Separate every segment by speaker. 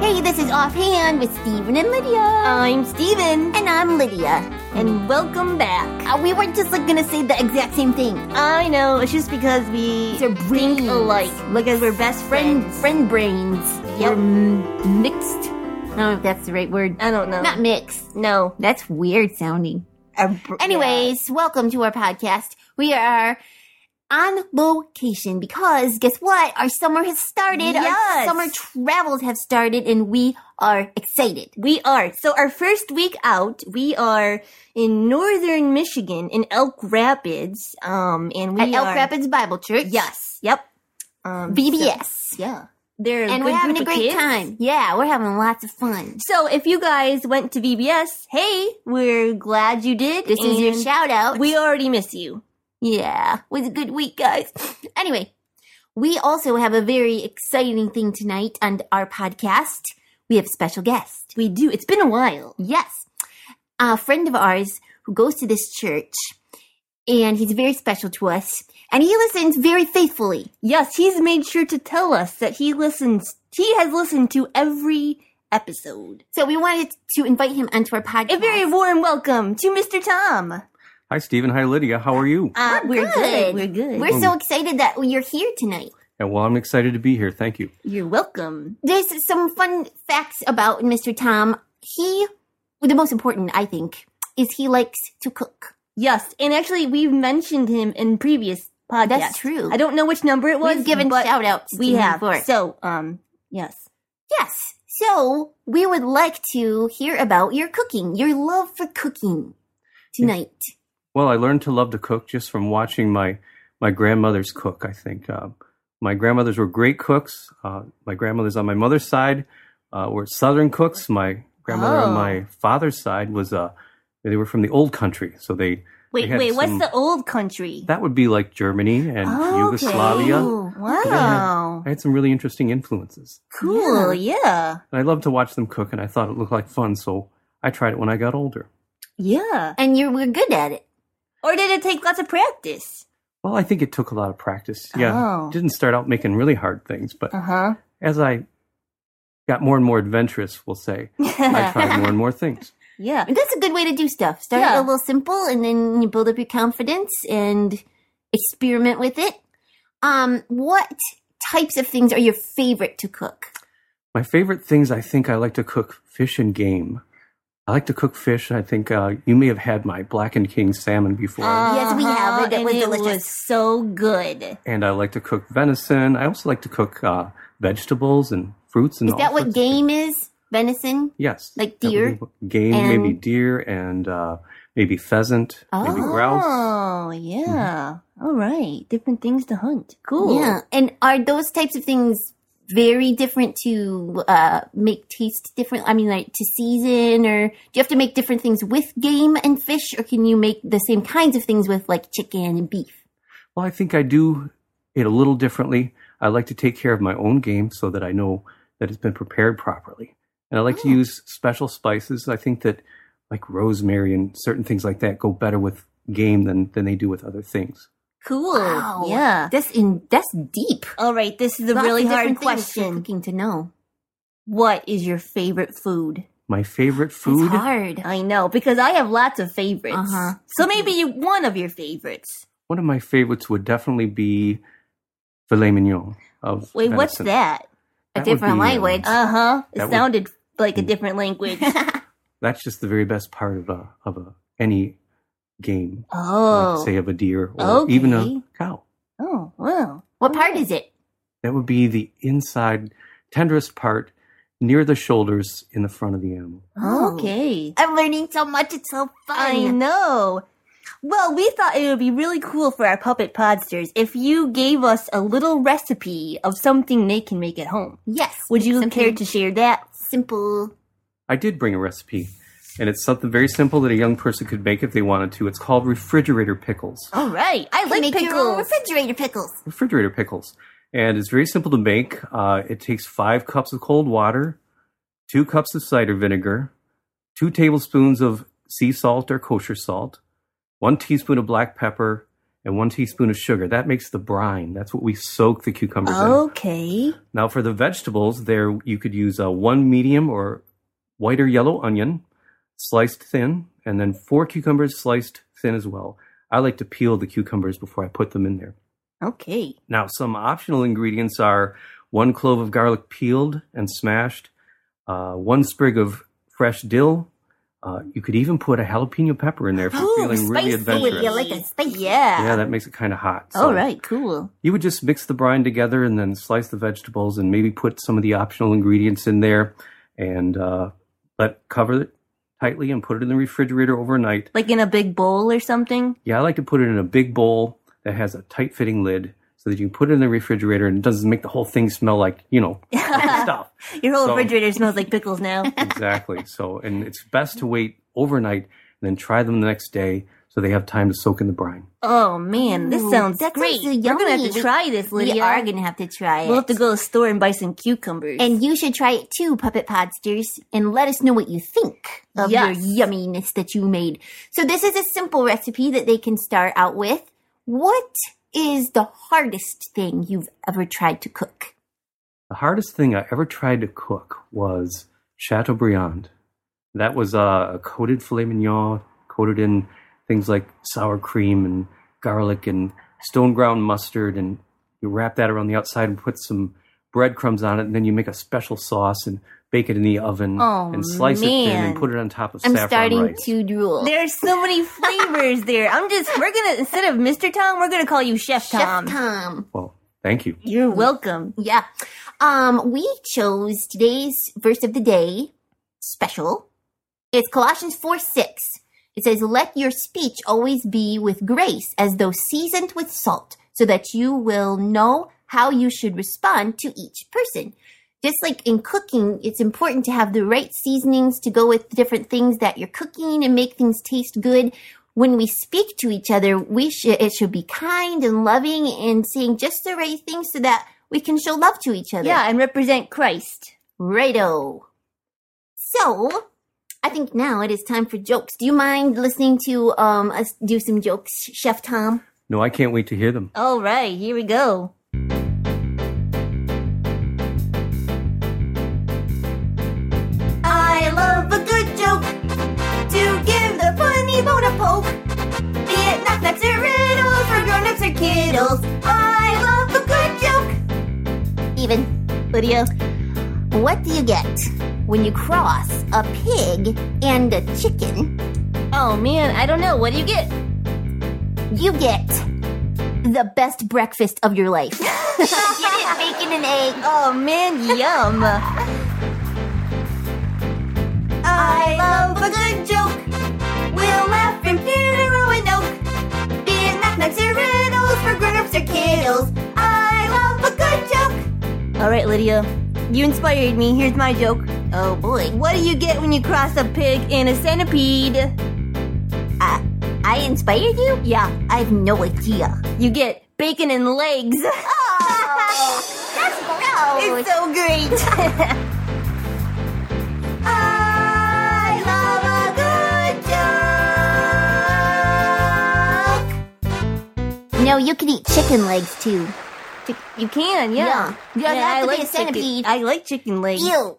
Speaker 1: Hey, this is Offhand with Steven and Lydia. I'm Steven. And I'm Lydia. And welcome back. we were just like gonna say the exact same thing.
Speaker 2: I know, it's just because we
Speaker 1: They're
Speaker 2: think
Speaker 1: brains.
Speaker 2: alike. Look, as we're best friends.
Speaker 1: Friend, friend brains.
Speaker 2: Yep.
Speaker 1: We're m- mixed. I don't know if that's the right word.
Speaker 2: I don't know.
Speaker 1: Uh, Not mixed.
Speaker 2: no.
Speaker 1: That's weird sounding.
Speaker 2: Anyway,
Speaker 1: Anyways, welcome to our podcast. We are on location because guess what? Our summer has started. Our
Speaker 2: Yes.
Speaker 1: summer travels have started and we are excited.
Speaker 2: we are. So our first week out, we are in northern Michigan in Elk Rapids. Um and we
Speaker 1: At Elk
Speaker 2: are-
Speaker 1: Rapids Bible Church.
Speaker 2: Yes. Yep. Um
Speaker 1: BBS.
Speaker 2: so- yeah. They're
Speaker 1: and we're
Speaker 2: good
Speaker 1: having a
Speaker 2: group of
Speaker 1: great
Speaker 2: kids.
Speaker 1: time. Yeah, we're having lots of fun.
Speaker 2: So if you guys went to BBS, hey, we're glad you did.
Speaker 1: This is your
Speaker 2: and
Speaker 1: shout out.
Speaker 2: We already miss you.
Speaker 1: yeah, it was a good week, guys. Anyway, we also have a very exciting thing tonight on our podcast. We have a special guest.
Speaker 2: We do. It's been a while.
Speaker 1: Yes. A friend of ours who goes to this church, and he's very special to us, and he listens very faithfully.
Speaker 2: Yes, he's made sure to tell us that he listens. He has listened to every episode.
Speaker 1: So we wanted to invite him onto our podcast.
Speaker 2: A very warm welcome to Mr. Tom.
Speaker 3: Hi, Stephen. Hi, Lydia. How are you?
Speaker 2: Uh,
Speaker 1: We're good.
Speaker 2: We're good.
Speaker 1: We're so excited that you're here tonight.
Speaker 3: Yeah, well, I'm excited to be here. Thank you.
Speaker 2: You're welcome.
Speaker 1: There's some fun facts about Mr. Tom. He, the most important, I think, is he likes to cook.
Speaker 2: Yes, and actually, we've mentioned him in previous podcasts.
Speaker 1: That's true.
Speaker 2: I don't know which number it was.
Speaker 1: We've given
Speaker 2: but
Speaker 1: shout outs.
Speaker 2: We have.
Speaker 1: For it.
Speaker 2: So, um, yes.
Speaker 1: Yes. So we would like to hear about your cooking, your love for cooking tonight.
Speaker 3: Well, I learned to love to cook just from watching my my grandmothers cook. I think Um my grandmothers were great cooks. Uh, my grandmothers on my mother's side uh, were Southern cooks. My grandmother
Speaker 2: Oh.
Speaker 3: on my father's side was uh, they were from the old country, so they
Speaker 2: Wait,
Speaker 3: had
Speaker 2: wait.
Speaker 3: some-
Speaker 2: What's the old country?
Speaker 3: that would be like Germany and Yugoslavia.
Speaker 2: Oh, wow.
Speaker 3: I had some really interesting influences,
Speaker 2: Cool. Yeah.
Speaker 3: and I loved to watch them cook. And I thought it looked like fun, so I tried it when I got older.
Speaker 2: Yeah.
Speaker 1: And you were good at it.
Speaker 2: Or did it take lots of practice?
Speaker 3: Well, I think it took a lot of practice. Yeah.
Speaker 2: Oh.
Speaker 3: Didn't start out making really hard things, but
Speaker 1: Oh.
Speaker 2: Uh
Speaker 3: as I got more and more adventurous, we'll say, I
Speaker 2: huh.
Speaker 3: tried more and more things.
Speaker 2: yeah.
Speaker 1: And that's a good way to do stuff. Start a
Speaker 2: Yeah.
Speaker 1: little simple and then you build up your confidence and experiment with it. Um, what types of things are your favorite to cook?
Speaker 3: My favorite things I think I like to cook fish and game. I like to cook fish. I think uh, you may have had my Black and King salmon before.
Speaker 1: Yes, we have Uh-huh, it. It
Speaker 2: and
Speaker 1: was
Speaker 2: it
Speaker 1: delicious.
Speaker 2: was so good.
Speaker 3: and I like to cook venison. I also like to cook uh, vegetables and fruits and
Speaker 1: Is
Speaker 3: all
Speaker 1: that
Speaker 3: sorts
Speaker 1: what
Speaker 3: of things.
Speaker 1: game is? Venison?
Speaker 3: Yes.
Speaker 1: like
Speaker 3: That would
Speaker 1: deer
Speaker 3: be Game, maybe
Speaker 1: and-
Speaker 3: deer and uh, maybe pheasant, maybe grouse. Mm-hmm.
Speaker 2: Oh, yeah. All right. Different things to hunt. Cool.
Speaker 1: Yeah. And are those types of things very different to uh, make taste different? I mean, like to season, or do you have to make different things with game and fish, or can you make the same kinds of things with like chicken and beef?
Speaker 3: Well, I think I do it a little differently. I like to take care of my own game so that I know that it's been prepared properly. And I like
Speaker 2: Oh.
Speaker 3: to use special spices. I think that like rosemary and certain things like that go better with game than, than they do with other things.
Speaker 2: Cool.
Speaker 1: Wow.
Speaker 2: Yeah.
Speaker 1: That's in that's deep.
Speaker 2: All right. This is a
Speaker 1: Lots
Speaker 2: really
Speaker 1: of
Speaker 2: hard
Speaker 1: different things for
Speaker 2: question.
Speaker 1: Cooking to know.
Speaker 2: What is your favorite food?
Speaker 3: My favorite
Speaker 1: It's
Speaker 3: food.
Speaker 1: hard.
Speaker 2: I know because I have lots of favorites.
Speaker 1: Uh-huh.
Speaker 2: So maybe you, one of your favorites.
Speaker 3: One of my favorites would definitely be filet mignon of
Speaker 2: Wait, what's
Speaker 3: venison.
Speaker 2: that?
Speaker 1: A
Speaker 3: That would
Speaker 1: different
Speaker 3: be, um,
Speaker 1: language.
Speaker 2: Uh huh. It
Speaker 3: That would-
Speaker 2: sounded like a different language.
Speaker 3: That's just the very best part of a of a any game,
Speaker 2: oh.
Speaker 3: like, say of a deer or
Speaker 2: Okay.
Speaker 3: even a cow.
Speaker 2: Oh. Wow.
Speaker 1: what part is it?
Speaker 3: That would be the inside, tenderest part near the shoulders in the front of the animal.
Speaker 1: Oh.
Speaker 2: Okay.
Speaker 1: I'm learning so much. It's so fun.
Speaker 2: I know. Well, we thought it would be really cool for our puppet podsters if you gave us a little recipe of something they can make at home.
Speaker 1: Yes.
Speaker 2: Would you care
Speaker 1: Something
Speaker 2: to share that?
Speaker 1: simple?
Speaker 3: I did bring a recipe, and it's something very simple that a young person could make if they wanted to. It's called refrigerator pickles.
Speaker 2: All right. I
Speaker 1: Like
Speaker 2: like
Speaker 1: make
Speaker 2: pickles.
Speaker 1: your own refrigerator pickles.
Speaker 3: Refrigerator pickles. And it's very simple to make. Uh, it takes five cups of cold water, two cups of cider vinegar, two tablespoons of sea salt or kosher salt, one teaspoon of black pepper, and one teaspoon of sugar. That makes the brine. That's what we soak the cucumbers in.
Speaker 2: Okay.
Speaker 3: Now for the vegetables, there you could use uh, one medium or white or yellow onion, sliced thin, and then four cucumbers sliced thin as well. I like to peel the cucumbers before I put them in there.
Speaker 2: Okay.
Speaker 3: Now, some optional ingredients are one clove of garlic peeled and smashed, uh, one sprig of fresh dill. Uh, you could even put a jalapeno pepper in there if you're
Speaker 1: Ooh,
Speaker 3: feeling really
Speaker 1: spicy.
Speaker 3: adventurous.
Speaker 1: You like it spicy?
Speaker 2: Yeah.
Speaker 3: yeah, that makes it kind of hot.
Speaker 2: All
Speaker 3: So
Speaker 2: right. Cool.
Speaker 3: You would just mix the brine together and then slice the vegetables and maybe put some of the optional ingredients in there and uh, let cover it tightly and put it in the refrigerator overnight.
Speaker 2: Like in a big bowl or something.
Speaker 3: Yeah, I like to put it in a big bowl that has a tight fitting lid so that you can put it in the refrigerator and it doesn't make the whole thing smell like, you know, stuff.
Speaker 2: Your whole
Speaker 3: So-
Speaker 2: refrigerator smells like pickles now.
Speaker 3: Exactly. So, and it's best to wait overnight and then try them the next day so they have time to soak in the brine.
Speaker 2: oh man, this
Speaker 1: Ooh,
Speaker 2: sounds
Speaker 1: that sounds
Speaker 2: great.
Speaker 1: so
Speaker 2: You're gonna have
Speaker 1: yummy.
Speaker 2: to try this, Lydia.
Speaker 1: We are going to have to try it.
Speaker 2: We'll have to go to the store and buy some cucumbers.
Speaker 1: and you should try it too, Puppet Podsters, and let us know what you think of
Speaker 2: Yes.
Speaker 1: your yumminess that you made. So, this is a simple recipe that they can start out with. What is the hardest thing you've ever tried to cook?
Speaker 3: The hardest thing I ever tried to cook was Chateaubriand. That was uh, a coated filet mignon, coated in things like sour cream and garlic and stone ground mustard. And you wrap that around the outside and put some breadcrumbs on it. And then you make a special sauce and bake it in the oven
Speaker 2: Oh,
Speaker 3: and slice it thin
Speaker 2: man.
Speaker 3: and put it on top of
Speaker 1: I'm
Speaker 3: saffron
Speaker 1: starting
Speaker 3: rice.
Speaker 1: to drool.
Speaker 2: There's so many flavors there. I'm just we're gonna instead of Mr. Tom, we're gonna call you Chef
Speaker 1: Chef
Speaker 2: Tom.
Speaker 1: Tom.
Speaker 3: well, thank you.
Speaker 2: You're welcome.
Speaker 1: Yeah. Um, we chose today's verse of the day special. It's Colossians 4 6. It says, Let your speech always be with grace, as though seasoned with salt, so that you will know how you should respond to each person. Just like in cooking, it's important to have the right seasonings to go with the different things that you're cooking and make things taste good. When we speak to each other, we should it should be kind and loving and saying just the right things so that we can show love to each other.
Speaker 2: Yeah, and represent Christ.
Speaker 1: Righto. So, I think now it is time for jokes. Do you mind listening to um us do some jokes, Chef Tom?
Speaker 3: No, I can't wait to hear them.
Speaker 2: All right, here we go.
Speaker 1: I love a good joke to give the funny bone a poke. Be it knockknacks or riddles for grown-ups or kiddles. I love a good joke. Even Lydia, what do you get when you cross a pig and a chicken?
Speaker 2: Oh man, I don't know. What do you get?
Speaker 1: you get the best breakfast of your life. Get it, bacon and egg.
Speaker 2: Oh man, yum.
Speaker 1: I love a good joke. We'll laugh from here to Roanoke. Be it knockknacks or riddles for grown-ups or kiddles. I love a good joke.
Speaker 2: All right, Lydia, you inspired me. Here's my joke.
Speaker 1: Oh boy,
Speaker 2: What do you get when you cross a pig and a centipede?
Speaker 1: I, Uh, I inspired you?
Speaker 2: Yeah,
Speaker 1: I have no idea. Oh,
Speaker 2: you get bacon and legs.
Speaker 1: that's gross.
Speaker 2: it's so great.
Speaker 1: Uh, I love a good joke. No, you can eat chicken legs too.
Speaker 2: you can, yeah.
Speaker 1: Yeah. Doesn't have
Speaker 2: I
Speaker 1: to be
Speaker 2: like
Speaker 1: a centipede.
Speaker 2: Chicken, I like chicken legs.
Speaker 1: Ew.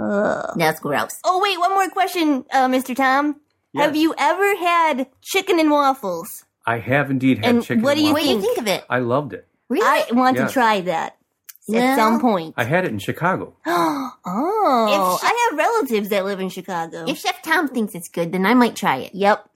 Speaker 2: Ugh.
Speaker 1: That's gross.
Speaker 2: Oh wait, one more question, uh, Mr. Tom. Have
Speaker 3: Yes.
Speaker 2: you ever had chicken and waffles?
Speaker 3: I have indeed had
Speaker 2: And
Speaker 3: chicken.
Speaker 2: what do you
Speaker 1: What
Speaker 3: waffles.
Speaker 1: do you
Speaker 2: Think.
Speaker 1: think of it?
Speaker 3: I loved it.
Speaker 1: Really?
Speaker 2: I want
Speaker 3: Yeah.
Speaker 2: to try that
Speaker 1: Well-
Speaker 2: at some point.
Speaker 3: I had it in Chicago.
Speaker 2: oh,
Speaker 1: If she-
Speaker 2: I have relatives that live in Chicago.
Speaker 1: if Chef Tom thinks it's good, then I might try it.
Speaker 2: Yep.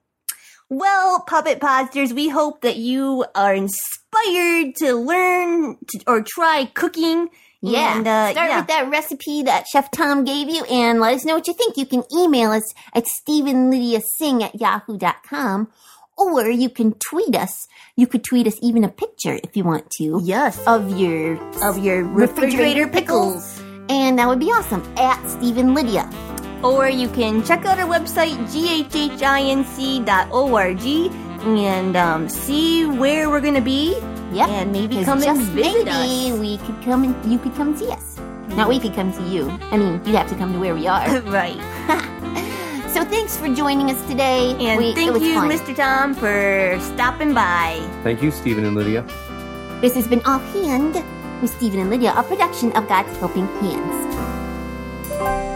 Speaker 2: Well, puppet posters, we hope that you are inspired to learn to, or try cooking.
Speaker 1: Yeah.
Speaker 2: And, uh,
Speaker 1: Start
Speaker 2: yeah.
Speaker 1: with that recipe that Chef Tom gave you and let us know what you think. You can email us at StephenLydiaSing at yahoo.com or you can tweet us. You could tweet us even a picture if you want to
Speaker 2: Yes.
Speaker 1: of your
Speaker 2: of your
Speaker 1: refrigerator pickles. And that would be awesome. At Stephen Lydia.
Speaker 2: Or you can check out our website, ghhinc.org, and um, see where we're going to be.
Speaker 1: Yep.
Speaker 2: And maybe
Speaker 1: 'Cause
Speaker 2: come
Speaker 1: just
Speaker 2: and visit
Speaker 1: maybe
Speaker 2: us.
Speaker 1: we could come and you could come see us. Not we could come see you. I mean, you'd have to come to where we are.
Speaker 2: right.
Speaker 1: So So thanks for joining us today.
Speaker 2: And
Speaker 1: We- it
Speaker 2: thank
Speaker 1: was
Speaker 2: you,
Speaker 1: fun.
Speaker 2: Mr. Tom, for stopping by.
Speaker 3: Thank you, Stephen and Lydia.
Speaker 1: This has been Offhand with Stephen and Lydia, a production of God's Helping Hands.